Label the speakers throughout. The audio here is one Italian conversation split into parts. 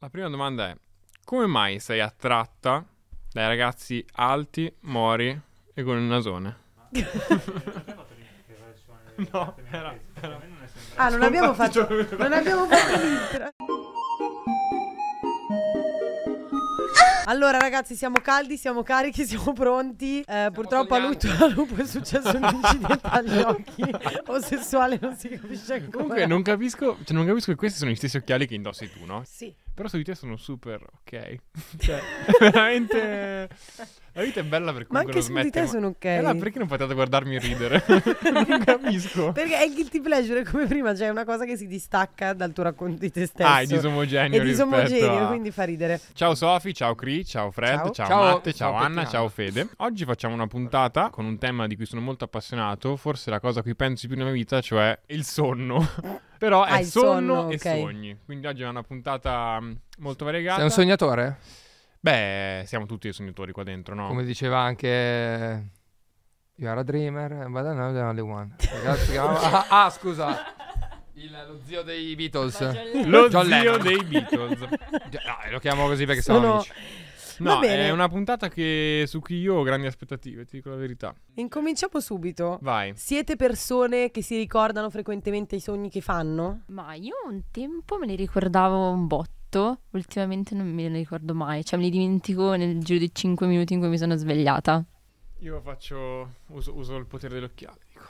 Speaker 1: La prima domanda è: come mai sei attratta dai ragazzi alti, mori e con il nasone? No, era- era-
Speaker 2: Ah, non abbiamo fatto, non abbiamo fatto l'intro. Allora ragazzi siamo caldi, siamo carichi, siamo pronti. Eh, purtroppo a
Speaker 1: coglianti.
Speaker 2: Lupo, a Lupo è successo un incidente agli occhi o sessuale, non si capisce ancora.
Speaker 1: Comunque non capisco, cioè non capisco che questi sono gli stessi occhiali che indossi tu, no?
Speaker 2: Sì,
Speaker 1: Però su di te sono super ok. Cioè, veramente la vita è bella per
Speaker 2: ma
Speaker 1: comunque
Speaker 2: anche
Speaker 1: lo
Speaker 2: su di
Speaker 1: smette.
Speaker 2: te sono ok.
Speaker 1: Eh là, perché non potete guardarmi ridere? non capisco.
Speaker 2: Perché è il guilty pleasure come prima, cioè è una cosa che si distacca dal tuo racconto di te stesso.
Speaker 1: Ah, è disomogeneo
Speaker 2: è
Speaker 1: rispetto
Speaker 2: disomogeneo,
Speaker 1: a-
Speaker 2: quindi fa ridere.
Speaker 1: Ciao Sofi, ciao Cri, ciao Fred, ciao,
Speaker 2: Ciao.
Speaker 3: Ciao.
Speaker 1: Matte, ciao,
Speaker 3: Ciao,
Speaker 1: Anna,
Speaker 3: Petrano.
Speaker 1: ciao Fede. Oggi facciamo una puntata con un tema di cui sono molto appassionato, forse la cosa a cui penso di più nella mia vita, cioè il sonno. Però è
Speaker 2: Ah, il
Speaker 1: sonno,
Speaker 2: sonno,
Speaker 1: e
Speaker 2: ok.
Speaker 1: sogni. Quindi oggi è una puntata mm, molto variegata.
Speaker 3: Sei un sognatore?
Speaker 1: Beh, siamo tutti dei sognatori qua dentro, no?
Speaker 3: Come diceva anche eh, You are a dreamer and but I'm not the only one. Ragazzi, si chiamava- ah, ah, scusa. Il- lo zio dei Beatles.
Speaker 1: Lo
Speaker 3: John
Speaker 1: zio
Speaker 3: Lennon.
Speaker 1: dei Beatles.
Speaker 3: No, lo chiamo così perché siamo
Speaker 2: Sono...
Speaker 3: amici.
Speaker 2: Va
Speaker 1: No,
Speaker 2: bene.
Speaker 1: è una puntata che, su cui io ho grandi aspettative, ti dico la verità.
Speaker 2: Incominciamo subito.
Speaker 1: Vai.
Speaker 2: Siete persone che si ricordano frequentemente i sogni che fanno?
Speaker 4: Ma io un tempo me li ricordavo un botto, ultimamente non me ne ricordo mai, cioè me li dimentico nel giro di 5 minuti in cui mi sono svegliata.
Speaker 1: Io faccio. Uso, uso il potere dell'occhiale. Dico,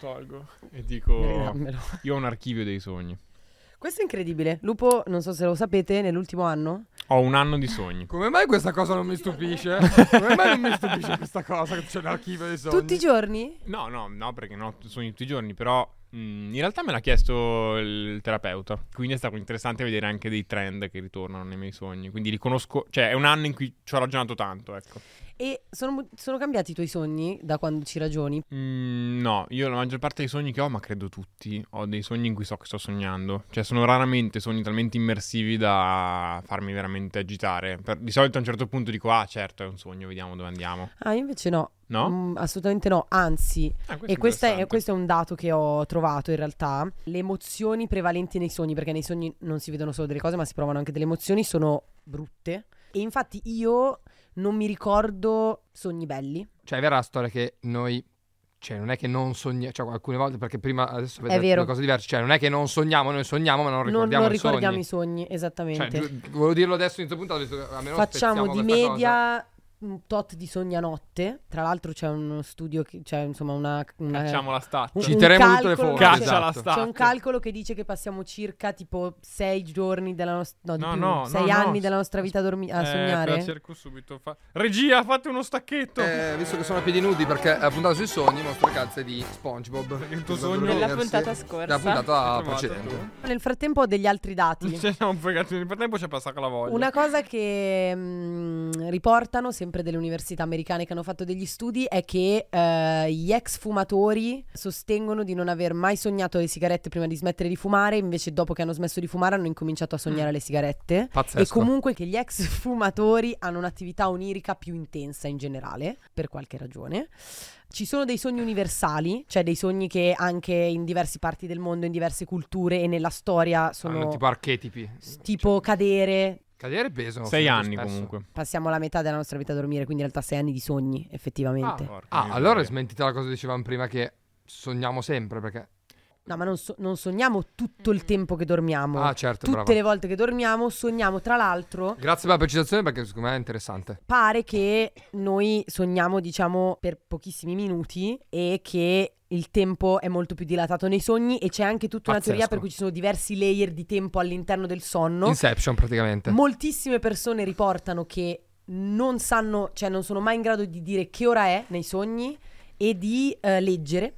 Speaker 1: tolgo e dico.
Speaker 2: Dammelo.
Speaker 1: Io ho un archivio dei sogni.
Speaker 2: Questo è incredibile. Lupo, non so se lo sapete, nell'ultimo anno.
Speaker 1: Ho un anno di sogni.
Speaker 3: Come mai questa cosa non mi stupisce? Come mai non mi stupisce questa cosa che c'è l'archivio dei sogni?
Speaker 2: Tutti i giorni?
Speaker 1: No, no, no, perché no, sogni tutti i giorni, però. mm, In realtà me l'ha chiesto il terapeuta, quindi è stato interessante vedere anche dei trend che ritornano nei miei sogni, quindi li conosco, cioè è un anno in cui ci ho ragionato tanto, ecco.
Speaker 2: E sono, mu- sono cambiati i tuoi sogni da quando ci ragioni?
Speaker 1: Mm, no, io la maggior parte dei sogni che ho, ma credo tutti, ho dei sogni in cui so che sto sognando. Cioè, sono raramente sogni talmente immersivi da farmi veramente agitare. Per- di solito a un certo punto dico, ah, certo, è un sogno, vediamo dove andiamo.
Speaker 2: Ah, io invece no.
Speaker 1: No?
Speaker 2: Mm, assolutamente no. Anzi,
Speaker 1: Ah, questo
Speaker 2: e questo è,
Speaker 1: interessante.
Speaker 2: questo è un dato che ho trovato in realtà. Le emozioni prevalenti nei sogni, perché nei sogni non si vedono solo delle cose, ma si provano anche delle emozioni, sono brutte. E infatti io non mi ricordo sogni belli.
Speaker 3: Cioè, è vera la storia che noi. Cioè, non è che non sogniamo. Cioè, alcune volte, perché prima adesso avete
Speaker 2: È
Speaker 3: detto
Speaker 2: vero.
Speaker 3: due cose diverse. Cioè, non è che non sogniamo, noi sogniamo, ma non
Speaker 2: Non-
Speaker 3: ricordiamo,
Speaker 2: non
Speaker 3: i sogni.
Speaker 2: ricordiamo i sogni, esattamente.
Speaker 3: Cioè, giu- volevo dirlo adesso in questo punto, ho detto, a meno
Speaker 2: Facciamo
Speaker 3: spezziamo
Speaker 2: di
Speaker 3: questa cosa.
Speaker 2: media un tot di sogni a notte. Tra l'altro c'è uno studio, che, c'è insomma una... una-
Speaker 1: Facciamo la stat.
Speaker 2: un-
Speaker 3: Ci terremo
Speaker 2: un
Speaker 3: tutte le
Speaker 2: calcolo- cioè,
Speaker 3: forme.
Speaker 1: Caccia
Speaker 3: esatto.
Speaker 1: la sta-
Speaker 2: C'è un calcolo che dice che passiamo circa tipo 6 giorni della nostra... No, di
Speaker 1: No,
Speaker 2: più,
Speaker 1: no, no,
Speaker 2: sei
Speaker 1: no.
Speaker 2: anni della nostra vita a, dormi- a
Speaker 1: Eh, te la
Speaker 2: sognare.
Speaker 1: cerco subito. Fa- Regia, fate uno stacchetto.
Speaker 3: Eh, visto che sono a piedi nudi perché la puntata sui sogni mostra calze di SpongeBob.
Speaker 1: Perché il tuo
Speaker 3: Sono
Speaker 1: sogno-
Speaker 3: diversi
Speaker 1: Della
Speaker 4: puntata scorsa.
Speaker 3: Della puntata
Speaker 1: Hai trovato
Speaker 3: precedente.
Speaker 2: Nel frattempo ho degli altri dati.
Speaker 1: Cioè, siamo fregati. Nel frattempo ci è passata la voglia.
Speaker 2: Una cosa che mm, riportano sempre delle università americane che hanno fatto degli studi è che eh, gli ex fumatori sostengono di non aver mai sognato le sigarette prima di smettere di fumare, invece dopo che hanno smesso di fumare hanno incominciato a sognare le sigarette.
Speaker 3: Mm. Pazzesco.
Speaker 2: E comunque che gli ex fumatori hanno un'attività onirica più intensa in generale, per qualche ragione. Ci sono dei sogni universali, cioè dei sogni che anche in diverse parti del mondo, in diverse culture e nella storia
Speaker 1: Ah,
Speaker 2: sono...
Speaker 3: Hanno tipo archetipi.
Speaker 2: tipo cadere,
Speaker 3: Cadere peso.
Speaker 1: Sei
Speaker 3: sempre
Speaker 1: anni
Speaker 3: spesso.
Speaker 1: comunque.
Speaker 2: passiamo la metà della nostra vita a dormire, quindi in realtà sei anni di sogni, effettivamente.
Speaker 1: Porca
Speaker 3: Ah,
Speaker 1: miseria.
Speaker 3: allora è smentita la cosa che dicevamo prima che sogniamo sempre perché...
Speaker 2: No, ma non, so- non sogniamo tutto il tempo che dormiamo.
Speaker 3: Ah, certo,
Speaker 2: Tutte
Speaker 3: bravo.
Speaker 2: le volte che dormiamo sogniamo, tra l'altro,
Speaker 3: Grazie per la precisazione perché secondo me è interessante.
Speaker 2: pare che noi sogniamo, diciamo, per pochissimi minuti e che il tempo è molto più dilatato nei sogni e c'è anche tutta una
Speaker 3: Pazzesco.
Speaker 2: teoria per cui ci sono diversi layer di tempo all'interno del sonno.
Speaker 3: Inception praticamente.
Speaker 2: Moltissime persone riportano che non sanno, cioè non sono mai in grado di dire che ora è nei sogni e di eh, leggere.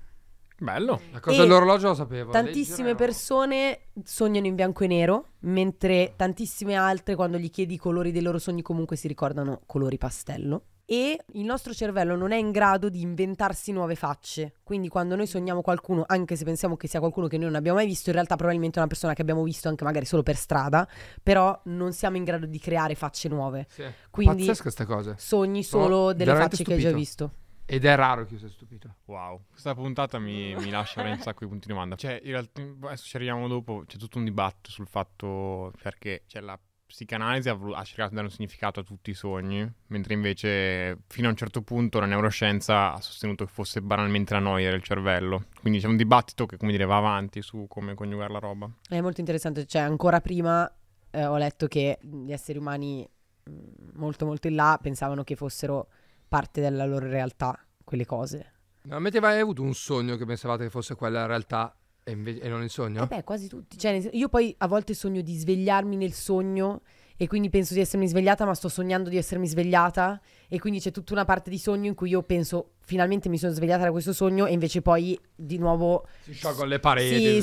Speaker 1: Bello.
Speaker 3: la cosa
Speaker 2: e
Speaker 3: dell'orologio la sapevo.
Speaker 2: Tantissime
Speaker 3: leggere no.
Speaker 2: persone sognano in bianco e nero, mentre tantissime altre, quando gli chiedi i colori dei loro sogni, comunque si ricordano colori pastello. E il nostro cervello non è in grado di inventarsi nuove facce. Quindi, quando noi sogniamo qualcuno, anche se pensiamo che sia qualcuno che noi non abbiamo mai visto, in realtà probabilmente è una persona che abbiamo visto anche magari solo per strada, però non siamo in grado di creare facce nuove.
Speaker 3: Sì.
Speaker 2: Quindi
Speaker 3: Pazzesche queste cose.
Speaker 2: sogni
Speaker 3: Sono
Speaker 2: solo delle
Speaker 3: veramente
Speaker 2: facce che hai già
Speaker 3: stupito.
Speaker 2: visto.
Speaker 3: Ed è raro che io sia stupito.
Speaker 1: Wow, questa puntata mi, mi lascia avere un sacco di punti di domanda. Cioè, in realtà, adesso ci arriviamo dopo, c'è tutto un dibattito sul fatto perché c'è la psicanalisi ha, volu- ha cercato di dare un significato a tutti i sogni, mentre invece fino a un certo punto la neuroscienza ha sostenuto che fosse banalmente la noia del cervello. Quindi c'è un dibattito che, come dire, va avanti su come coniugare la roba.
Speaker 2: È molto interessante, cioè ancora prima eh, ho letto che gli esseri umani mh, molto molto in là pensavano che fossero parte della loro realtà quelle cose.
Speaker 3: Non avete mai avuto un sogno che pensavate che fosse quella la realtà e, inve- e non il sogno?
Speaker 2: Eh beh, quasi tutti. Cioè, nel sen- io poi a volte sogno di svegliarmi nel sogno e quindi penso di essermi svegliata, ma sto sognando di essermi svegliata e quindi c'è tutta una parte di sogno in cui io penso finalmente mi sono svegliata da questo sogno e invece poi di nuovo
Speaker 3: Si sciolgono le pareti.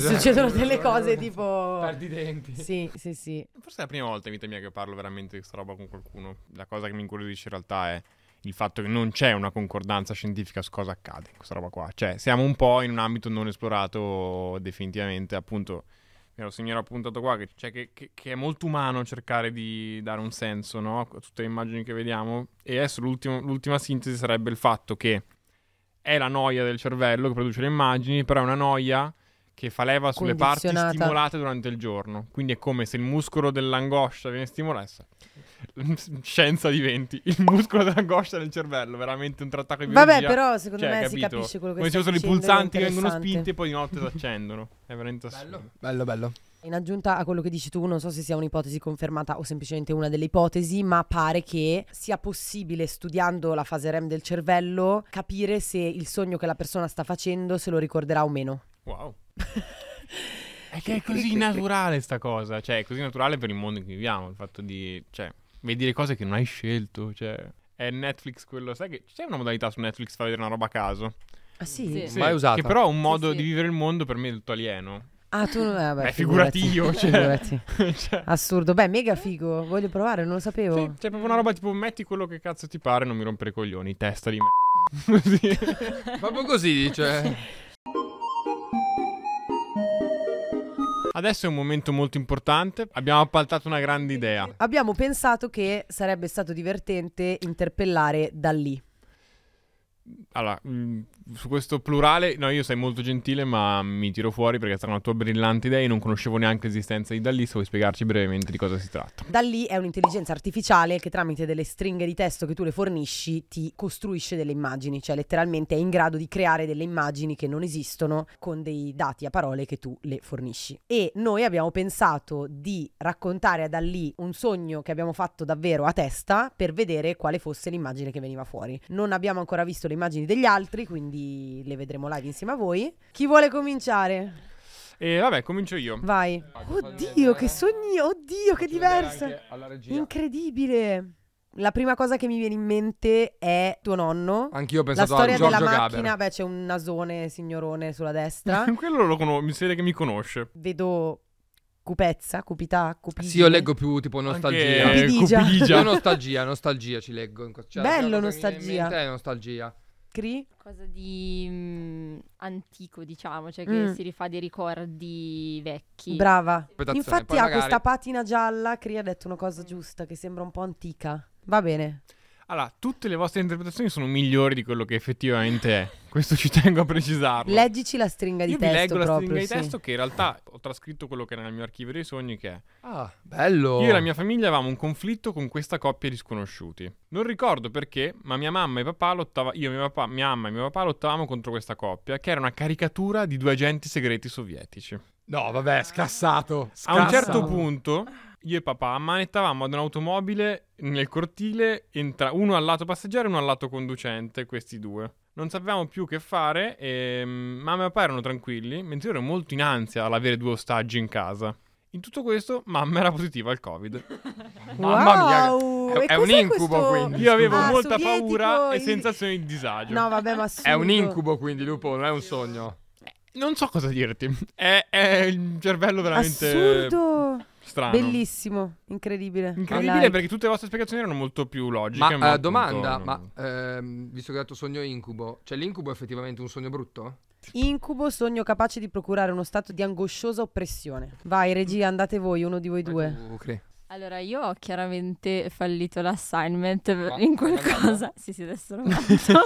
Speaker 2: sì, succedono delle cose tipo
Speaker 3: Perdi i denti.
Speaker 2: Sì, sì, sì.
Speaker 1: Forse è la prima volta in vita mia che parlo veramente di questa roba con qualcuno. La cosa che mi incuriosisce in realtà è il fatto che non c'è una concordanza scientifica su cosa accade in questa roba qua. Cioè, siamo un po' in un ambito non esplorato definitivamente, appunto. Me lo segnerò appuntato qua, che, cioè che, che- che è molto umano cercare di dare un senso no? a tutte le immagini che vediamo. E adesso l'ultimo- l'ultima sintesi sarebbe il fatto che è la noia del cervello che produce le immagini, però è una noia che fa leva sulle parti
Speaker 2: Condizionata.
Speaker 1: stimolate durante il giorno. Quindi è come se il muscolo dell'angoscia viene stimolato. Scienza diventi il muscolo dell'angoscia del cervello, veramente un trattato di
Speaker 2: Vabbè,
Speaker 1: biologia.
Speaker 2: però secondo
Speaker 1: Cioè,
Speaker 2: me si
Speaker 1: capito?
Speaker 2: capisce quello che
Speaker 1: Come se
Speaker 2: stai
Speaker 1: sono i
Speaker 2: dicendo, è
Speaker 1: pulsanti che vengono
Speaker 2: interessante.
Speaker 1: spinti e poi di notte si accendono. È veramente assurdo.
Speaker 3: Bello, bello, bello.
Speaker 2: In aggiunta a quello che dici tu, non so se sia un'ipotesi confermata o semplicemente una delle ipotesi, ma pare che sia possibile, studiando la fase REM del cervello, capire se il sogno che la persona sta facendo se lo ricorderà o meno.
Speaker 1: Wow. È che è così naturale sta cosa, cioè è così naturale per il mondo in cui viviamo, il fatto di, cioè, vedi le cose che non hai scelto, cioè, è Netflix quello, sai che c'è una modalità su Netflix che fa vedere una roba a caso,
Speaker 2: Ah sì?
Speaker 4: Sì.
Speaker 3: Mai usata.
Speaker 1: che però è un modo
Speaker 4: sì.
Speaker 1: di vivere il mondo per me del tutto alieno,
Speaker 2: Ah, tu non... eh, beh,
Speaker 1: Beh, figurati io, cioè.
Speaker 2: Figurati.
Speaker 1: cioè,
Speaker 2: Assurdo. Beh, mega figo. Voglio provare, non lo sapevo.
Speaker 1: sì, c'è proprio una roba tipo metti quello che cazzo ti pare, non mi rompere i coglioni, testa di me. Così.
Speaker 3: Proprio così cioè, dice.
Speaker 1: Adesso è un momento molto importante, abbiamo appaltato una grande idea.
Speaker 2: Abbiamo pensato che sarebbe stato divertente interpellare da lì.
Speaker 1: Allora, mh, su questo plurale, no, io sei molto gentile, ma mi tiro fuori perché è stata una tua brillante idea. Io non conoscevo neanche l'esistenza di Dalì. Se vuoi spiegarci brevemente di cosa si tratta.
Speaker 2: Da lì è un'intelligenza artificiale che tramite delle stringhe di testo che tu le fornisci ti costruisce delle immagini, cioè letteralmente è in grado di creare delle immagini che non esistono con dei dati a parole che tu le fornisci. E noi abbiamo pensato di raccontare a Dalì un sogno che abbiamo fatto davvero a testa per vedere quale fosse l'immagine che veniva fuori. Non abbiamo ancora visto le immagini degli altri, quindi le vedremo live insieme a voi. Chi vuole cominciare?
Speaker 1: E vabbè, comincio io.
Speaker 2: Vai. Oddio, che sogni, oddio, che diversa.
Speaker 3: Alla regia.
Speaker 2: Incredibile. La prima cosa che mi viene in mente è tuo nonno.
Speaker 3: Anch'io ho
Speaker 2: La
Speaker 3: pensato
Speaker 2: storia
Speaker 3: a
Speaker 2: della
Speaker 3: Giorgio
Speaker 2: macchina,
Speaker 3: Gaber.
Speaker 2: beh, c'è un nasone signorone sulla destra.
Speaker 1: Quello lo conosco, mi sembra che mi conosce.
Speaker 2: Vedo cupezza, cupità, cupidine.
Speaker 3: Sì, io leggo più tipo nostalgia.
Speaker 1: Anche, eh,
Speaker 2: Cupidigia.
Speaker 1: Cupidigia.
Speaker 3: Io nostalgia, nostalgia ci leggo. in co- Cioè,
Speaker 2: Bello,
Speaker 3: la cosa che mi viene
Speaker 2: nostalgia.
Speaker 3: in mente È nostalgia.
Speaker 2: Cri?
Speaker 4: Cosa di mm, antico, diciamo, cioè che
Speaker 2: Mm.
Speaker 4: si rifà dei ricordi vecchi.
Speaker 2: Brava.
Speaker 3: Interpretazione,
Speaker 2: Infatti
Speaker 3: poi
Speaker 2: ha
Speaker 3: magari-
Speaker 2: questa patina gialla, Cri ha detto una cosa giusta che sembra un po' antica. Va bene.
Speaker 1: Allora, tutte le vostre interpretazioni sono migliori di quello che effettivamente è. Questo ci tengo a precisarlo.
Speaker 2: Leggici la stringa di
Speaker 1: io vi
Speaker 2: testo
Speaker 1: leggo la
Speaker 2: proprio,
Speaker 1: stringa di
Speaker 2: sì.
Speaker 1: testo che in realtà ho trascritto quello che era nel mio archivio dei sogni che è
Speaker 3: Ah, bello.
Speaker 1: Io e la mia famiglia avevamo un conflitto con questa coppia di sconosciuti. Non ricordo perché, ma mia mamma e papà lottava, io, mio papà, mia mamma e mio papà lottavamo contro questa coppia, che era una caricatura di due agenti segreti sovietici.
Speaker 3: No, vabbè, scassato.
Speaker 1: A un
Speaker 3: scassato.
Speaker 1: certo punto, io e papà ammanettavamo ad un'automobile nel cortile, entra- uno al lato passeggero e uno al lato conducente, questi due. Non sapevamo più che fare, e mm, mamma e papà erano tranquilli, mentre io ero molto in ansia all'avere due ostaggi in casa. In tutto questo, mamma era positiva al Covid.
Speaker 3: Mamma
Speaker 2: Wow!
Speaker 3: mia, è-
Speaker 2: E
Speaker 3: è un
Speaker 2: cos'è
Speaker 3: incubo,
Speaker 2: questo?
Speaker 3: quindi.
Speaker 1: Io avevo
Speaker 2: Ah,
Speaker 1: molta
Speaker 2: sovietico,
Speaker 1: paura e
Speaker 2: il-
Speaker 1: sensazioni di disagio.
Speaker 2: No, vabbè, ma
Speaker 3: È un
Speaker 2: assurdo.
Speaker 3: incubo, quindi, Lupo, non è un sogno.
Speaker 1: Non so cosa dirti. È, è il cervello veramente
Speaker 2: Assurdo.
Speaker 1: strano.
Speaker 2: Bellissimo, incredibile.
Speaker 1: Incredibile
Speaker 2: Like.
Speaker 1: perché tutte le vostre spiegazioni erano molto più logiche.
Speaker 3: Ma, eh,
Speaker 1: appunto
Speaker 3: domanda,
Speaker 1: non-
Speaker 3: ma ehm, visto che hai detto sogno incubo, cioè l'incubo è effettivamente un sogno brutto?
Speaker 2: Incubo, sogno capace di procurare uno stato di angosciosa oppressione. Vai, regia, andate voi, uno di voi due.
Speaker 3: Tu, Cri.
Speaker 4: Allora, io ho chiaramente fallito l'assignment
Speaker 3: Ma-
Speaker 4: in
Speaker 3: ma
Speaker 4: qualcosa. Sì, sì, adesso lo metto.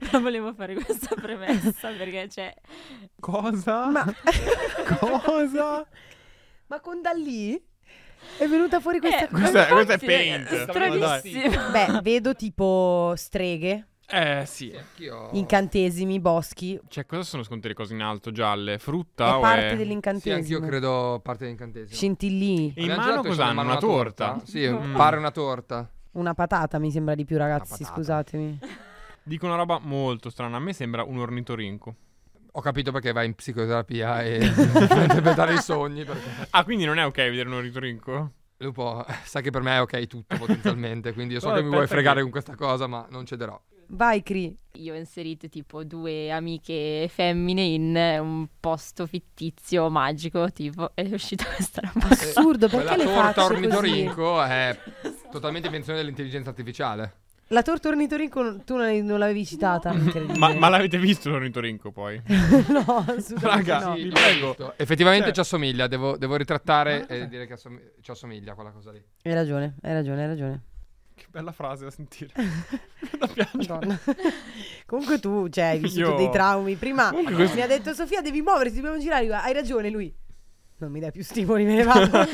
Speaker 4: Però volevo fare questa premessa perché cioè, c'è.
Speaker 1: Cosa?
Speaker 2: Ma,
Speaker 1: Cosa?
Speaker 2: ma con da lì? È venuta fuori questa
Speaker 4: Eh,
Speaker 2: cosa.
Speaker 1: Questa- questa è
Speaker 4: infatti,
Speaker 1: paint.
Speaker 4: eh,
Speaker 1: Stravissimo.
Speaker 4: Stranissimo.
Speaker 2: Beh, vedo tipo streghe,
Speaker 1: Eh sì.
Speaker 3: Anch'io.
Speaker 2: incantesimi, boschi.
Speaker 1: Cioè, cosa sono sconte le cose in alto? Gialle?
Speaker 2: È
Speaker 1: Frutta o è...
Speaker 2: parte
Speaker 3: eh. Sì, anch'io
Speaker 2: dell'incantesimo.
Speaker 3: credo parte dell'incantesimo.
Speaker 2: Scintillii,
Speaker 1: In
Speaker 3: Abbiamo già
Speaker 1: mano
Speaker 3: detto che c'è in
Speaker 1: cos'hanno?
Speaker 3: mano
Speaker 1: Una torta?
Speaker 3: Sì,
Speaker 1: Mm.
Speaker 3: pare una torta.
Speaker 2: una patata mi sembra di più, ragazzi.
Speaker 3: patata.
Speaker 2: Scusatemi.
Speaker 1: Dico una roba molto strana. A me sembra un ornitorinco.
Speaker 3: Ho capito perché vai in psicoterapia e devi interpretare i sogni. Perché...
Speaker 1: Ah, quindi non è ok vedere un ornitorinco?
Speaker 3: Lupo, sa che per me è ok tutto potenzialmente, quindi io so
Speaker 1: No,
Speaker 3: che mi vuoi
Speaker 1: aspetta
Speaker 3: fregare
Speaker 1: che-
Speaker 3: con questa cosa, ma non cederò.
Speaker 2: Vai, Cri.
Speaker 4: Io ho inserito tipo due amiche femmine in un posto fittizio magico, tipo, è uscita questa roba.
Speaker 2: Ah, Assurdo,
Speaker 3: Quella
Speaker 2: perché le
Speaker 3: torta
Speaker 2: faccio così?
Speaker 3: ornitorinco è totalmente invenzione dell'intelligenza artificiale.
Speaker 2: La torta ornitorinco tu non non l'avevi citata. incredibile.
Speaker 1: Ma, ma l'avete visto l'ornitorinco poi?
Speaker 2: no, assolutamente
Speaker 1: Raga,
Speaker 2: no.
Speaker 1: vi
Speaker 3: l'ho
Speaker 1: prego.
Speaker 3: visto. Effettivamente
Speaker 1: Cioè-
Speaker 3: ci assomiglia, devo, devo ritrattare e dire che assom- ci assomiglia quella cosa lì.
Speaker 2: Hai ragione, hai ragione, hai ragione.
Speaker 1: Che bella frase da sentire. da piangere.
Speaker 2: Madonna. Comunque tu, cioè, hai vissuto
Speaker 1: Io-
Speaker 2: dei traumi. Prima
Speaker 1: Comunque questo-
Speaker 2: mi ha detto Sofia devi muoverti, dobbiamo girare. Io, Hai ragione lui. Non mi dai più stimoli, me ne vado.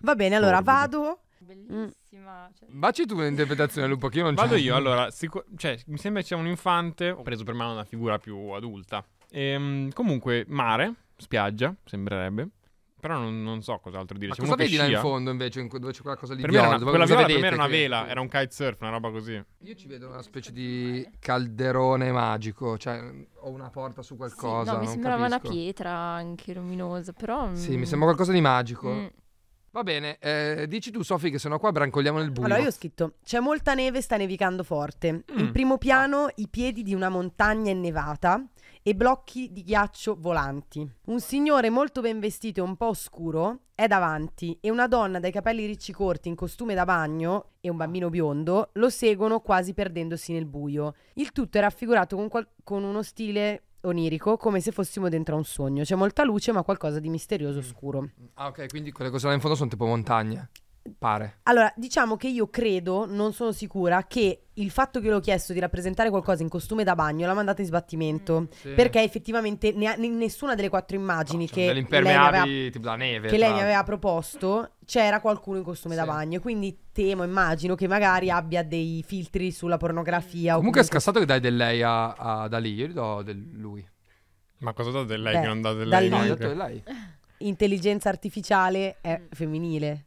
Speaker 2: Va bene, allora vado.
Speaker 3: Mm.
Speaker 4: Bellissima. cioè-
Speaker 3: Baci tu l'interpretazione, Lupo, che io non
Speaker 1: Vado
Speaker 3: c'ho.
Speaker 1: io, allora, sicu- cioè, mi sembra che sia un infante, ho preso per mano una figura più adulta. Ehm, comunque, mare, spiaggia, sembrerebbe. Però non, non so cos'altro dire.
Speaker 3: Ma
Speaker 1: C'è
Speaker 3: cosa
Speaker 1: uno diciamo che
Speaker 3: vedi là in
Speaker 1: scia.
Speaker 3: fondo invece, in que- dove c'è quella cosa lì
Speaker 1: Per
Speaker 3: di
Speaker 1: me era
Speaker 3: viola,
Speaker 1: una,
Speaker 3: dove-
Speaker 1: quella viola
Speaker 3: cosa
Speaker 1: per me era
Speaker 3: vedete
Speaker 1: una
Speaker 3: che-
Speaker 1: vela, era un kitesurf, una roba così.
Speaker 3: Io ci vedo una specie di calderone magico, cioè ho una porta su qualcosa.
Speaker 4: Sì, no, mi
Speaker 3: non
Speaker 4: sembrava
Speaker 3: capisco.
Speaker 4: una pietra anche luminosa, però...
Speaker 3: Sì,
Speaker 4: mm,
Speaker 3: mi sembra qualcosa di magico.
Speaker 4: mm.
Speaker 3: Va bene, eh, dici tu, Sofi, che sennò qua brancoliamo nel buio.
Speaker 2: Allora io ho scritto, c'è molta neve, sta nevicando forte.
Speaker 1: Mm.
Speaker 2: In primo piano i piedi di una montagna innevata e blocchi di ghiaccio volanti. Un signore molto ben vestito e un po' oscuro è davanti e una donna dai capelli ricci corti in costume da bagno e un bambino biondo lo seguono quasi perdendosi nel buio. Il tutto è raffigurato con, qual- con uno stile onirico come se fossimo dentro a un sogno. C'è molta luce ma qualcosa di misterioso oscuro.
Speaker 3: Ah, ok, quindi quelle cose là in fondo sono tipo montagne. Pare.
Speaker 2: Allora, diciamo che io credo, non sono sicura, che il fatto che io l'ho chiesto di rappresentare qualcosa in costume da bagno l'ha mandata in sbattimento.
Speaker 3: Mm.
Speaker 2: Perché effettivamente ne- ne- nessuna delle quattro immagini
Speaker 3: No, c'erano
Speaker 2: che,
Speaker 3: delle
Speaker 2: lei mi,
Speaker 3: impermeabili,
Speaker 2: aveva,
Speaker 3: tipo la neve.
Speaker 2: che lei
Speaker 3: tra
Speaker 2: mi aveva proposto c'era qualcuno in costume da
Speaker 3: Sì.
Speaker 2: bagno. Quindi temo, immagino che magari abbia dei filtri sulla pornografia. o
Speaker 3: Comunque è scassato che dai del lei a, a- da lì, io gli do del lui.
Speaker 1: Ma cosa date lei
Speaker 2: Beh,
Speaker 1: che non date
Speaker 2: dal
Speaker 1: lei?
Speaker 2: Sì,
Speaker 3: No, gli ho
Speaker 1: neanche?
Speaker 3: detto del lei.
Speaker 2: intelligenza artificiale è
Speaker 3: Mm.
Speaker 2: femminile.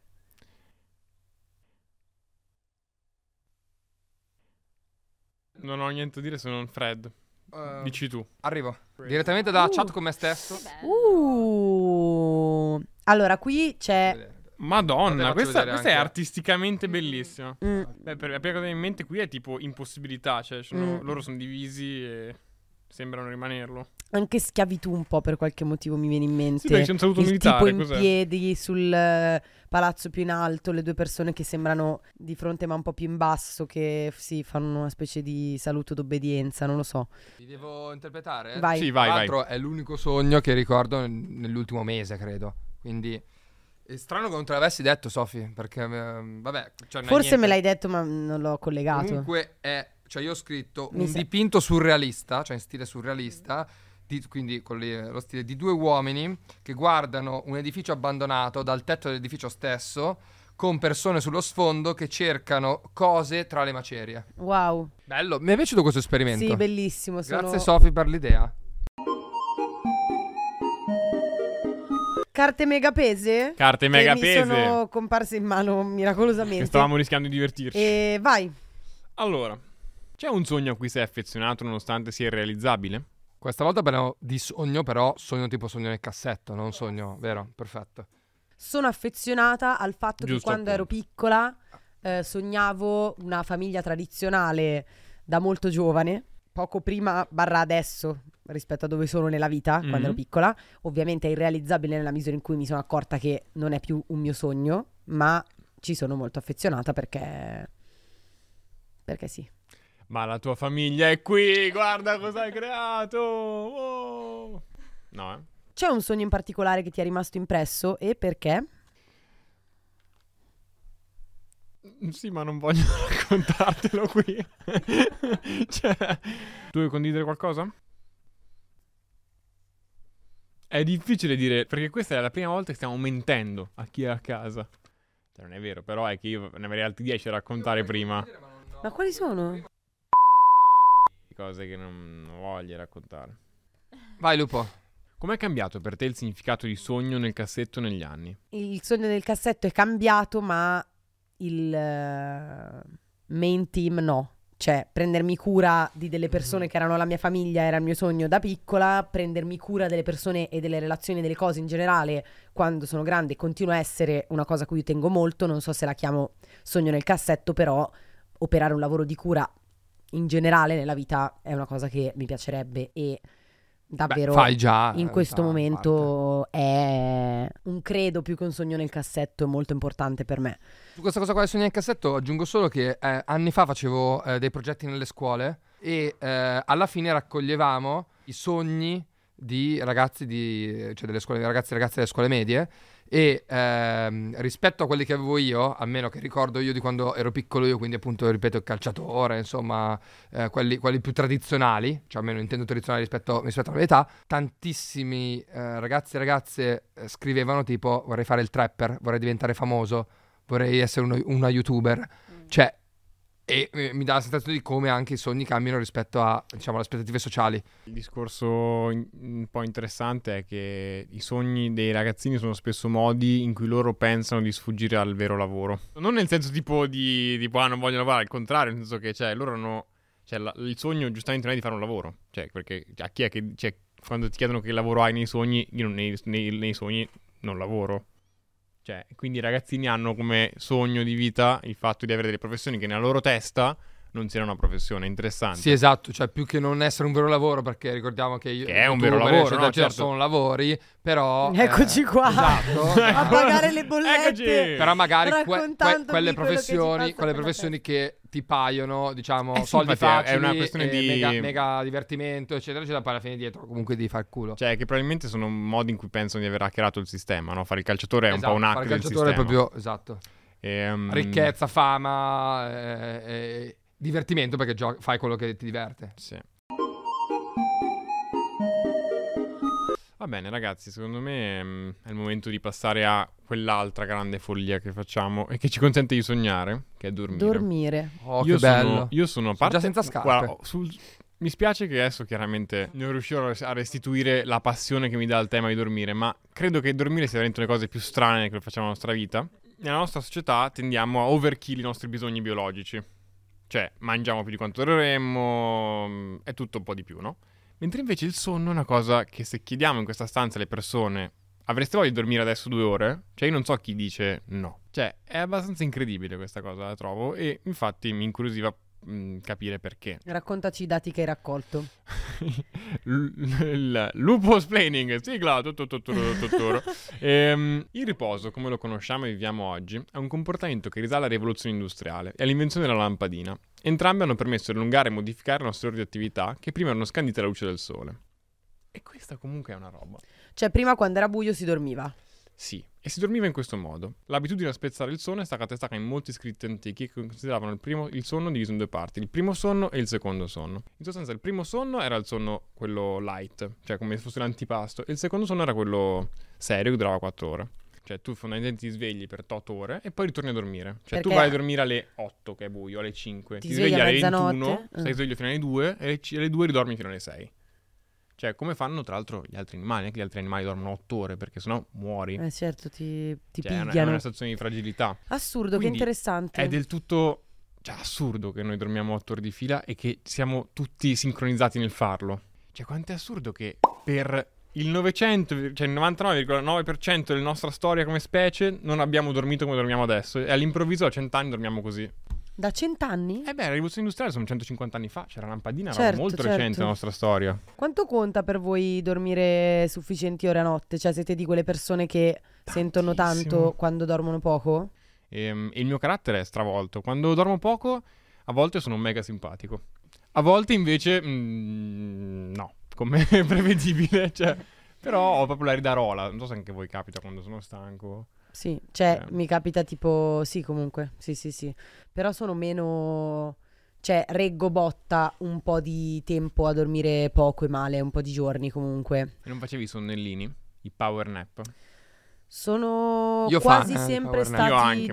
Speaker 1: Non ho niente da dire se non Fred.
Speaker 3: Eh,
Speaker 1: Dici tu.
Speaker 3: Arrivo. Direttamente dalla
Speaker 2: Ehm, Uh.
Speaker 3: chat con me stesso.
Speaker 2: Uh, allora, qui c'è.
Speaker 3: Te
Speaker 1: Madonna,
Speaker 3: faccio
Speaker 1: questa,
Speaker 3: vedere
Speaker 1: questa è
Speaker 3: anche.
Speaker 1: artisticamente bellissima.
Speaker 2: Mm.
Speaker 1: Beh, per, la prima cosa che mi viene in mente qui è tipo impossibilità, cioè sono-
Speaker 2: Mm.
Speaker 1: loro sono divisi e sembrano rimanerlo.
Speaker 2: anche schiavitù un po' per qualche motivo mi viene in mente.
Speaker 1: Sì, perché c'è un saluto
Speaker 2: Il tipo
Speaker 1: militare,
Speaker 2: in
Speaker 1: cos'è?
Speaker 2: piedi sul eh, palazzo più in alto, le due persone che sembrano di fronte ma un po' più in basso, che f- sì, fanno una specie di saluto d'obbedienza, non lo so.
Speaker 3: Ti devo interpretare?
Speaker 2: Vai.
Speaker 1: Sì,
Speaker 3: Tra
Speaker 1: vai, vai.
Speaker 3: l'altro è l'unico sogno che ricordo n- nell'ultimo mese, credo. Quindi è strano che non te l'avessi detto, Sofi, perché ehm, vabbè, cioè, non è
Speaker 2: Forse me
Speaker 3: niente.
Speaker 2: l'hai detto ma non l'ho collegato.
Speaker 3: Comunque è cioè io ho scritto
Speaker 2: Mi
Speaker 3: un
Speaker 2: sa-
Speaker 3: dipinto surrealista, cioè in stile surrealista, di- quindi con le- lo stile di due uomini che guardano un edificio abbandonato dal tetto dell'edificio stesso con persone sullo sfondo che cercano cose tra le macerie.
Speaker 2: Wow.
Speaker 3: Bello, mi è piaciuto questo esperimento.
Speaker 2: Sì, bellissimo. sono-
Speaker 3: Grazie Sofi per l'idea.
Speaker 2: Carte megapese?
Speaker 1: Carte mega
Speaker 2: che mi
Speaker 1: pese.
Speaker 2: sono comparse in mano miracolosamente.
Speaker 1: Che stavamo rischiando di divertirci.
Speaker 2: E vai.
Speaker 1: Allora, c'è un sogno a cui sei affezionato nonostante sia irrealizzabile?
Speaker 3: Questa volta parliamo di sogno, però sogno tipo sogno nel cassetto, non sogno, vero? Perfetto.
Speaker 2: Sono affezionata al fatto che
Speaker 1: Giusto,
Speaker 2: quando ero piccola eh, sognavo una famiglia tradizionale da molto giovane, poco prima barra adesso rispetto a dove sono nella vita
Speaker 1: Mhm.
Speaker 2: quando ero piccola. Ovviamente è irrealizzabile nella misura in cui mi sono accorta che non è più un mio sogno, ma ci sono molto affezionata perché... Perché sì.
Speaker 1: Ma la tua famiglia è qui, guarda cosa hai creato! Oh! No, eh?
Speaker 2: C'è un sogno in particolare che ti è rimasto impresso e perché?
Speaker 1: Sì, ma non voglio raccontartelo qui. cioè, tu vuoi condividere qualcosa? È difficile dire, perché questa è la prima volta che stiamo mentendo a chi è a casa. Cioè, non è vero, però è che io ne avrei altri 10 da raccontare prima.
Speaker 2: Ma quali sono?
Speaker 1: Cose che non, non voglio raccontare.
Speaker 3: Vai Lupo.
Speaker 1: Com'è cambiato per te il significato di sogno nel cassetto negli anni?
Speaker 2: Il sogno del cassetto è cambiato, ma il eh, main team no. Cioè, prendermi cura di
Speaker 3: Mhm.
Speaker 2: delle persone che erano la mia famiglia era il mio sogno da piccola, prendermi cura delle persone e delle relazioni, delle cose in generale, quando sono grande, continua a essere una cosa a cui io tengo molto. Non so se la chiamo sogno nel cassetto, però operare un lavoro di cura in generale nella vita è una cosa che mi piacerebbe e
Speaker 3: Beh,
Speaker 2: davvero
Speaker 3: fai
Speaker 1: Ah,
Speaker 3: già.
Speaker 2: in
Speaker 1: eh,
Speaker 3: realtà,
Speaker 2: questo
Speaker 3: a parte.
Speaker 2: momento è un credo più che un sogno nel cassetto, è molto importante per me.
Speaker 3: Su questa cosa qua del sogno nel cassetto aggiungo solo che eh, anni fa facevo eh, dei progetti nelle scuole e eh, alla fine raccoglievamo i sogni di ragazzi di, cioè delle scuole, ragazzi e ragazze delle scuole medie e ehm, rispetto a quelli che avevo io, a meno che ricordo io di quando ero piccolo io, quindi appunto ripeto il calciatore, insomma eh, quelli, quelli più tradizionali, cioè almeno intendo tradizionali rispetto, rispetto alla mia età, tantissimi eh, ragazzi e ragazze eh, scrivevano tipo vorrei fare il trapper, vorrei diventare famoso, vorrei essere uno- una youtuber.
Speaker 2: Mm.
Speaker 3: Cioè, e eh, mi dà la sensazione di come anche i sogni cambiano rispetto a, diciamo, alle aspettative sociali.
Speaker 1: Il discorso in- un po' interessante è che i sogni dei ragazzini sono spesso modi in cui loro pensano di sfuggire al vero lavoro. Non nel senso tipo di, tipo, ah, non voglio lavorare, al contrario, nel senso che, cioè, loro hanno... Cioè, la- il sogno giustamente non è di fare un lavoro. Cioè, perché a chi è che... Cioè, quando ti chiedono che lavoro hai nei sogni, io non- nei, nei- nei sogni non lavoro. Cioè, quindi i ragazzini hanno come sogno di vita il fatto di avere delle professioni che nella loro testa non siano una professione interessante.
Speaker 3: Sì, esatto, cioè più che non essere un vero lavoro, perché ricordiamo che, io-
Speaker 1: Che è un
Speaker 3: tu,
Speaker 1: vero
Speaker 3: per
Speaker 1: lavoro,
Speaker 3: esempio,
Speaker 1: no, certo.
Speaker 3: sono lavori, però... eh,
Speaker 2: Eccoci qua.
Speaker 3: Esatto.
Speaker 2: A pagare le bollette.
Speaker 1: Eccoci!
Speaker 3: Però magari que- que-
Speaker 2: Raccontandomi
Speaker 3: quelle
Speaker 2: quello che ci passa
Speaker 3: professioni, quelle
Speaker 2: per la
Speaker 3: professioni che ti paiono, diciamo,
Speaker 1: Eh sì,
Speaker 3: soldi
Speaker 1: infatti,
Speaker 3: facili,
Speaker 1: è- è una questione
Speaker 3: e
Speaker 1: di-
Speaker 3: mega, mega divertimento, eccetera, eccetera, poi alla fine dietro comunque di far culo.
Speaker 1: Cioè, che probabilmente sono modi in cui pensano di aver hackerato il sistema, no? Fare il calciatore è
Speaker 3: Esatto,
Speaker 1: un po' un hack
Speaker 3: fare
Speaker 1: del
Speaker 3: calciatore
Speaker 1: sistema.
Speaker 3: è proprio, esatto.
Speaker 1: Ehm,
Speaker 3: ricchezza, fama, eh, eh, divertimento perché gio- fai quello che ti diverte.
Speaker 1: sì. Va bene, ragazzi, secondo me ehm, è il momento di passare a quell'altra grande follia che facciamo e che ci consente di sognare, che è dormire.
Speaker 2: Dormire.
Speaker 3: Oh,
Speaker 1: io
Speaker 3: che bello.
Speaker 1: Sono, io sono a
Speaker 3: Sono
Speaker 1: parte...
Speaker 3: già senza scarpe.
Speaker 1: guarda, sul- mi spiace che adesso chiaramente non riuscirò a restituire la passione che mi dà il tema di dormire, ma credo che dormire sia veramente una delle cose più strane che facciamo nella nostra vita. Nella nostra società tendiamo a overkill i nostri bisogni biologici. Cioè, mangiamo più di quanto dovremmo, mm, è tutto un po' di più, no? Mentre invece il sonno è una cosa che se chiediamo in questa stanza alle persone avreste voglia di dormire adesso due ore? Cioè io non so chi dice no. Cioè è abbastanza incredibile questa cosa, la trovo, e infatti mi incuriosiva mh, capire perché.
Speaker 2: Raccontaci i dati che hai raccolto.
Speaker 1: L- il lupo splaining, sigla, tutto, tutto, tutto, tutto. Ehm, il riposo, come lo conosciamo e viviamo oggi, è un comportamento che risale alla rivoluzione industriale e all'invenzione della lampadina. Entrambi hanno permesso di allungare e modificare le nostre ore di attività che prima erano scandite alla luce del sole. E questa comunque è una roba.
Speaker 2: Cioè, prima quando era buio si dormiva.
Speaker 1: Sì, e si dormiva in questo modo. L'abitudine a spezzare il sonno è stata attestata in molti scritti antichi che consideravano il, primo- il sonno diviso in due parti, il primo sonno e il secondo sonno. In sostanza, il primo sonno era il sonno quello light, cioè come se fosse l'antipasto, e il secondo sonno era quello serio che durava 4 ore. Cioè tu fondamentalmente ti svegli per 8 ore e poi ritorni a dormire. Cioè tu
Speaker 2: Perché-
Speaker 1: vai a dormire alle 8 che è buio, alle 5,
Speaker 2: Ti
Speaker 1: ti,
Speaker 2: svegli
Speaker 1: svegli,
Speaker 2: a
Speaker 1: alle
Speaker 2: mezzanotte?
Speaker 1: 21,
Speaker 2: Ah.
Speaker 1: stai sveglio fino alle 2 e alle ci- alle 2 ridormi fino alle 6. Cioè, come fanno tra l'altro gli altri animali? Anche gli altri animali dormono 8 ore perché sennò muori.
Speaker 2: Eh certo, ti, ti
Speaker 1: Cioè, è una- è
Speaker 2: pigliano.
Speaker 1: una situazione di fragilità.
Speaker 2: Assurdo, che
Speaker 1: Quindi,
Speaker 2: interessante.
Speaker 1: È del tutto cioè, assurdo che noi dormiamo otto ore di fila e che siamo tutti sincronizzati nel farlo. Cioè, quanto è assurdo che per il 900, cioè il 99,9% della nostra storia come specie non abbiamo dormito come dormiamo adesso e all'improvviso a 100 anni dormiamo così.
Speaker 2: Da cent'anni?
Speaker 1: Eh beh, la rivoluzione industriale sono 150 anni fa, c'era la lampadina, era
Speaker 2: Certo,
Speaker 1: molto
Speaker 2: certo.
Speaker 1: recente la nostra storia.
Speaker 2: Quanto conta per voi dormire sufficienti ore a notte? Cioè, siete di quelle persone che sentono tanto
Speaker 1: Tantissimo.
Speaker 2: quando dormono poco?
Speaker 1: Ehm, E il mio carattere è stravolto. Quando dormo poco, a volte sono mega simpatico. A volte invece, mm, no, come è prevedibile. Cioè, però ho proprio la ridarola. Non so se anche voi capita quando sono stanco.
Speaker 2: Sì, cioè,
Speaker 1: Eh.
Speaker 2: mi capita tipo... Sì, comunque, sì, sì, sì. Però sono meno... Cioè, reggo botta un po' di tempo a dormire poco e male, un po' di giorni comunque.
Speaker 1: E non facevi i sonnellini? I power nap.
Speaker 2: Sono
Speaker 3: Io fan,
Speaker 2: quasi
Speaker 3: eh,
Speaker 2: sempre
Speaker 3: Power Nap.
Speaker 1: Io anche
Speaker 2: stati
Speaker 1: molto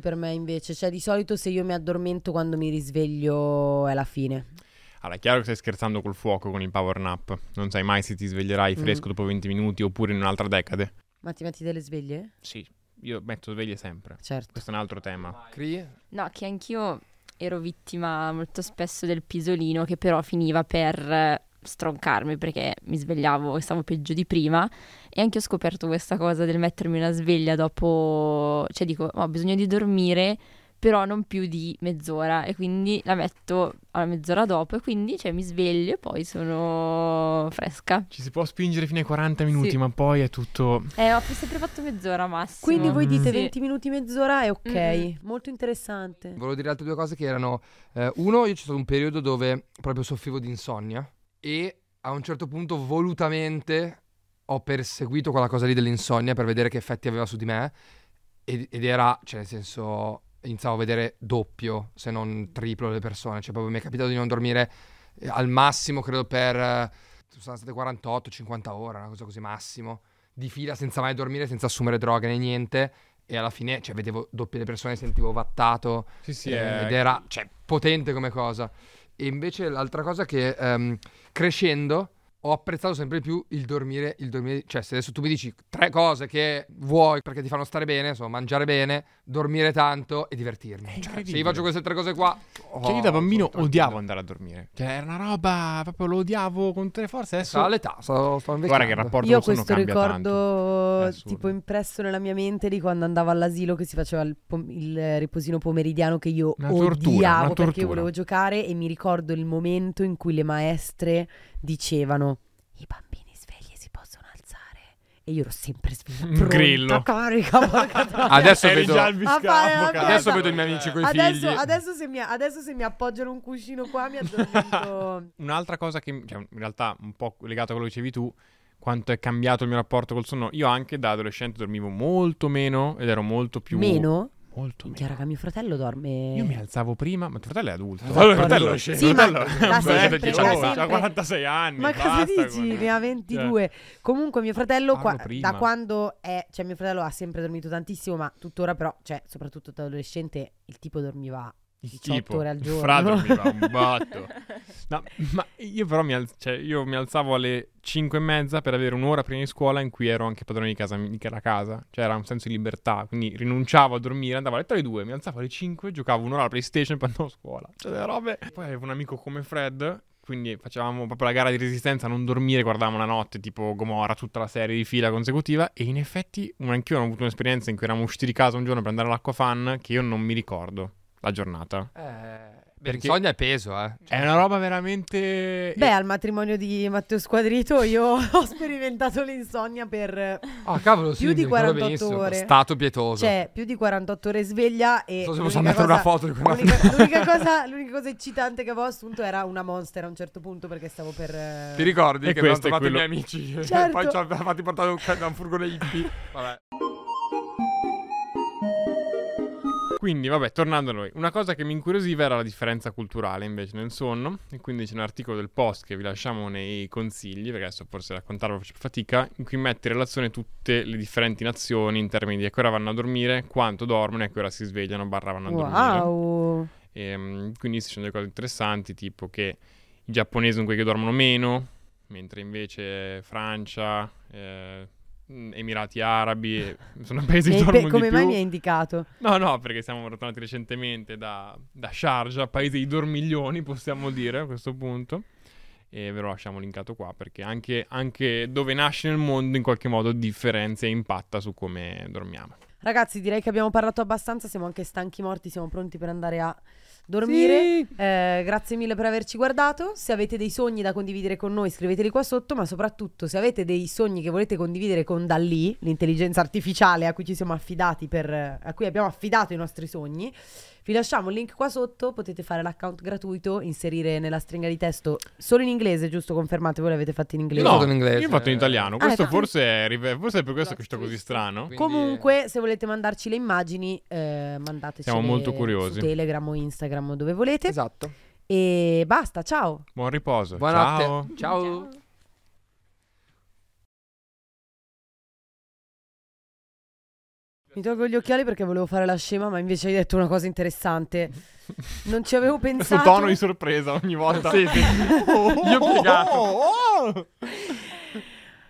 Speaker 1: fan.
Speaker 2: per me invece. Cioè, di solito se io mi addormento quando mi risveglio è la fine.
Speaker 1: Allora, è chiaro che stai scherzando col fuoco con il power nap. Non sai mai se ti sveglierai fresco dopo 20 minuti oppure in un'altra decade.
Speaker 2: Ma ti metti delle sveglie?
Speaker 1: Sì, io metto sveglie sempre.
Speaker 2: Certo.
Speaker 1: Questo è un altro tema.
Speaker 3: Cri?
Speaker 4: No, che anch'io ero vittima molto spesso del pisolino che però finiva per eh, stroncarmi perché mi svegliavo e stavo peggio di prima e anche ho scoperto questa cosa del mettermi una sveglia dopo, cioè dico "Ma ho bisogno di dormire però non più di mezz'ora e quindi la metto a mezz'ora dopo e quindi cioè, mi sveglio e poi sono fresca.
Speaker 1: Ci si può spingere fino ai 40 minuti,
Speaker 4: Sì.
Speaker 1: ma poi è tutto.
Speaker 4: Eh, ho sempre fatto mezz'ora massimo.
Speaker 2: Quindi voi dite
Speaker 4: Sì.
Speaker 2: 20 minuti, mezz'ora è ok.
Speaker 4: Mm-mm.
Speaker 2: Molto interessante.
Speaker 3: Volevo dire altre due cose che erano... eh, uno, io c'è stato un periodo dove proprio soffrivo di insonnia e a un certo punto volutamente ho perseguito quella cosa lì dell'insonnia per vedere che effetti aveva su di me ed, ed era, cioè nel senso, iniziavo a vedere doppio se non triplo le persone, cioè proprio mi è capitato di non dormire eh, al massimo credo per... eh, sono state 48-50 ore, una cosa così massimo, di fila senza mai dormire, senza assumere droghe né niente e alla fine cioè, vedevo doppie le persone, sentivo vattato
Speaker 1: Sì, sì,
Speaker 3: eh,
Speaker 1: è-
Speaker 3: ed era cioè, potente come cosa. E invece l'altra cosa che ehm, crescendo ho apprezzato sempre di più il dormire, il dormire, cioè se adesso tu mi dici tre cose che vuoi perché ti fanno stare bene, insomma, mangiare bene, dormire tanto e divertirmi. Cioè, se
Speaker 1: incredibile.
Speaker 3: io faccio queste tre cose qua,
Speaker 1: Cioè,
Speaker 3: oh,
Speaker 1: io da bambino
Speaker 3: sono tranquillo.
Speaker 1: odiavo andare a dormire. Cioè, era una roba. Proprio lo odiavo con tutte le forze. Adesso.
Speaker 3: Sto all'età, sto, sto invecchiando.
Speaker 1: Guarda che il rapporto
Speaker 2: Io ho
Speaker 1: con sonno
Speaker 2: questo
Speaker 1: cambia tanto. È
Speaker 2: ricordo
Speaker 1: assurdo.
Speaker 2: tipo impresso nella mia mente di quando andavo all'asilo che si faceva il, pom- il riposino pomeridiano che io
Speaker 1: Una
Speaker 2: odiavo
Speaker 1: tortura, una
Speaker 2: perché
Speaker 1: tortura.
Speaker 2: io volevo giocare e mi ricordo il momento in cui le maestre dicevano i bambini svegli si possono alzare e io ero sempre sveglia
Speaker 1: Un
Speaker 2: pronta,
Speaker 1: grillo.
Speaker 2: carica, porca troia.
Speaker 3: Adesso
Speaker 1: Ah, Eri
Speaker 3: vedo- Eh,
Speaker 1: già al
Speaker 2: Ma fai-
Speaker 1: biscampo, cazzo.
Speaker 3: Adesso vedo i miei amici coi figli.
Speaker 2: Adesso, adesso se mi, adesso se mi appoggiano un cuscino qua mi addormento
Speaker 1: Un'altra cosa che cioè, in realtà un po' legata a quello che dicevi tu, quanto è cambiato il mio rapporto col sonno. Io anche da adolescente dormivo molto meno ed ero molto più...
Speaker 2: meno.
Speaker 1: Molto
Speaker 2: Minchia,
Speaker 1: meno.
Speaker 2: raga, mio fratello dorme.
Speaker 1: Io mi alzavo prima, ma tuo fratello è adulto.
Speaker 3: Fratello è
Speaker 1: Fratello-
Speaker 3: adolescente.
Speaker 2: Sì, ma-
Speaker 1: fratello-
Speaker 2: da
Speaker 1: fratello
Speaker 2: sempre,
Speaker 1: di
Speaker 2: da
Speaker 1: 18,
Speaker 2: sempre.
Speaker 1: ha 46 anni.
Speaker 2: Ma cosa
Speaker 1: basta
Speaker 2: dici?
Speaker 1: con-
Speaker 2: Ne ha 22. Comunque, mio fratello,
Speaker 1: Parlo
Speaker 2: qua-
Speaker 1: prima.
Speaker 2: da quando è. Cioè, mio fratello ha sempre dormito tantissimo, ma tuttora, però, cioè, soprattutto da adolescente, il tipo dormiva.
Speaker 1: Il
Speaker 2: 18
Speaker 1: tipo,
Speaker 2: ore al
Speaker 1: il
Speaker 2: giorno.
Speaker 1: fra dormiva un botto. No, ma io però mi, al- cioè, io mi alzavo alle 5 e mezza per avere un'ora prima di scuola in cui ero anche padrone di casa, di la casa, cioè era un senso di libertà, quindi rinunciavo a dormire, andavo a letto alle 2, mi alzavo alle 5, giocavo un'ora alla PlayStation e poi andavo a scuola. Cioè delle robe. Poi avevo un amico come Fred, quindi facevamo proprio la gara di resistenza a non dormire, guardavamo la notte tipo Gomorra, tutta la serie di fila consecutiva e in effetti un- anch'io ho avuto un'esperienza in cui eravamo usciti di casa un giorno per andare all'acquafan che io non mi ricordo la giornata.
Speaker 3: Eh,
Speaker 1: Perché-
Speaker 3: Insonnia è peso, eh.
Speaker 1: È una roba veramente.
Speaker 2: Beh, al matrimonio di Matteo Squadrito, io ho sperimentato l'insonnia per.
Speaker 3: Ah, cavolo, sì,
Speaker 2: Più di
Speaker 3: mi ricordo
Speaker 2: 48
Speaker 3: benissimo.
Speaker 2: ore.
Speaker 3: Stato pietoso.
Speaker 2: Cioè, più di 48 ore sveglia e.
Speaker 3: non so se
Speaker 2: l'unica
Speaker 3: possiamo mettere
Speaker 2: cosa-
Speaker 3: una foto di quella
Speaker 2: L'unica, l'unica cosa, l'unica cosa eccitante che avevo assunto era una monster a un certo punto perché stavo per. eh,
Speaker 3: Ti ricordi
Speaker 1: E
Speaker 3: che abbiamo
Speaker 1: questo è
Speaker 3: trovato
Speaker 1: quello-
Speaker 3: i miei amici? e
Speaker 2: Certo.
Speaker 3: Poi ci hanno fatti portare un, da un furgone hippie. Vabbè.
Speaker 1: Quindi, vabbè, tornando a noi, una cosa che mi incuriosiva era la differenza culturale invece nel sonno. E quindi c'è un articolo del post che vi lasciamo nei consigli, perché adesso forse raccontarlo faccio più fatica. In cui mette in relazione tutte le differenti nazioni in termini di a che ora vanno a dormire, quanto dormono e a che ora si svegliano, barra vanno a dormire.
Speaker 2: Wow.
Speaker 1: Ehm, quindi ci sono delle cose interessanti, tipo che i giapponesi sono quelli che dormono meno, mentre invece Francia, eh, Emirati Arabi eh, sono paesi
Speaker 2: E
Speaker 1: che
Speaker 2: pe-
Speaker 1: dormono
Speaker 2: come
Speaker 1: di
Speaker 2: mai
Speaker 1: più.
Speaker 2: mi hai indicato?
Speaker 1: No, no, perché siamo tornati recentemente da, da Sharjah, paese di dormiglioni, possiamo dire a questo punto. E ve lo lasciamo linkato qua perché anche, anche dove nasce nel mondo in qualche modo differenzia e impatta su come dormiamo.
Speaker 2: Ragazzi, direi che abbiamo parlato abbastanza, siamo anche stanchi morti, siamo pronti per andare a dormire. Eh, grazie mille per averci guardato. Se avete dei sogni da condividere con noi, scriveteli qua sotto, ma soprattutto se avete dei sogni che volete condividere con Dalì, l'intelligenza artificiale a cui ci siamo affidati per a cui abbiamo affidato i nostri sogni, vi lasciamo il link qua sotto, potete fare l'account gratuito, inserire nella stringa di testo solo in inglese, giusto? Confermate, voi l'avete fatto in
Speaker 3: Io
Speaker 2: inglese.
Speaker 3: l'ho
Speaker 1: No,
Speaker 3: fatto in inglese.
Speaker 1: io ho fatto in italiano. Questo
Speaker 2: esatto.
Speaker 1: forse, è, rive- forse è per questo che sto così
Speaker 4: Twist.
Speaker 3: Esatto,
Speaker 1: strano.
Speaker 3: Quindi-
Speaker 2: Comunque, se volete mandarci le immagini, eh, mandateci
Speaker 1: Siamo molto curiosi.
Speaker 2: su Telegram o Instagram o dove volete.
Speaker 3: Esatto.
Speaker 2: E basta, ciao.
Speaker 1: Buon riposo.
Speaker 3: Buonanotte.
Speaker 1: Ciao.
Speaker 3: Ciao.
Speaker 2: Mi tolgo gli occhiali perché volevo fare la scema, ma invece hai detto una cosa interessante. Non ci avevo
Speaker 1: Questo
Speaker 2: pensato.
Speaker 1: tono di sorpresa ogni volta.
Speaker 3: Sì, sì.
Speaker 1: Oh,
Speaker 3: Gli ho
Speaker 1: oh,
Speaker 3: piegato.
Speaker 1: oh, oh.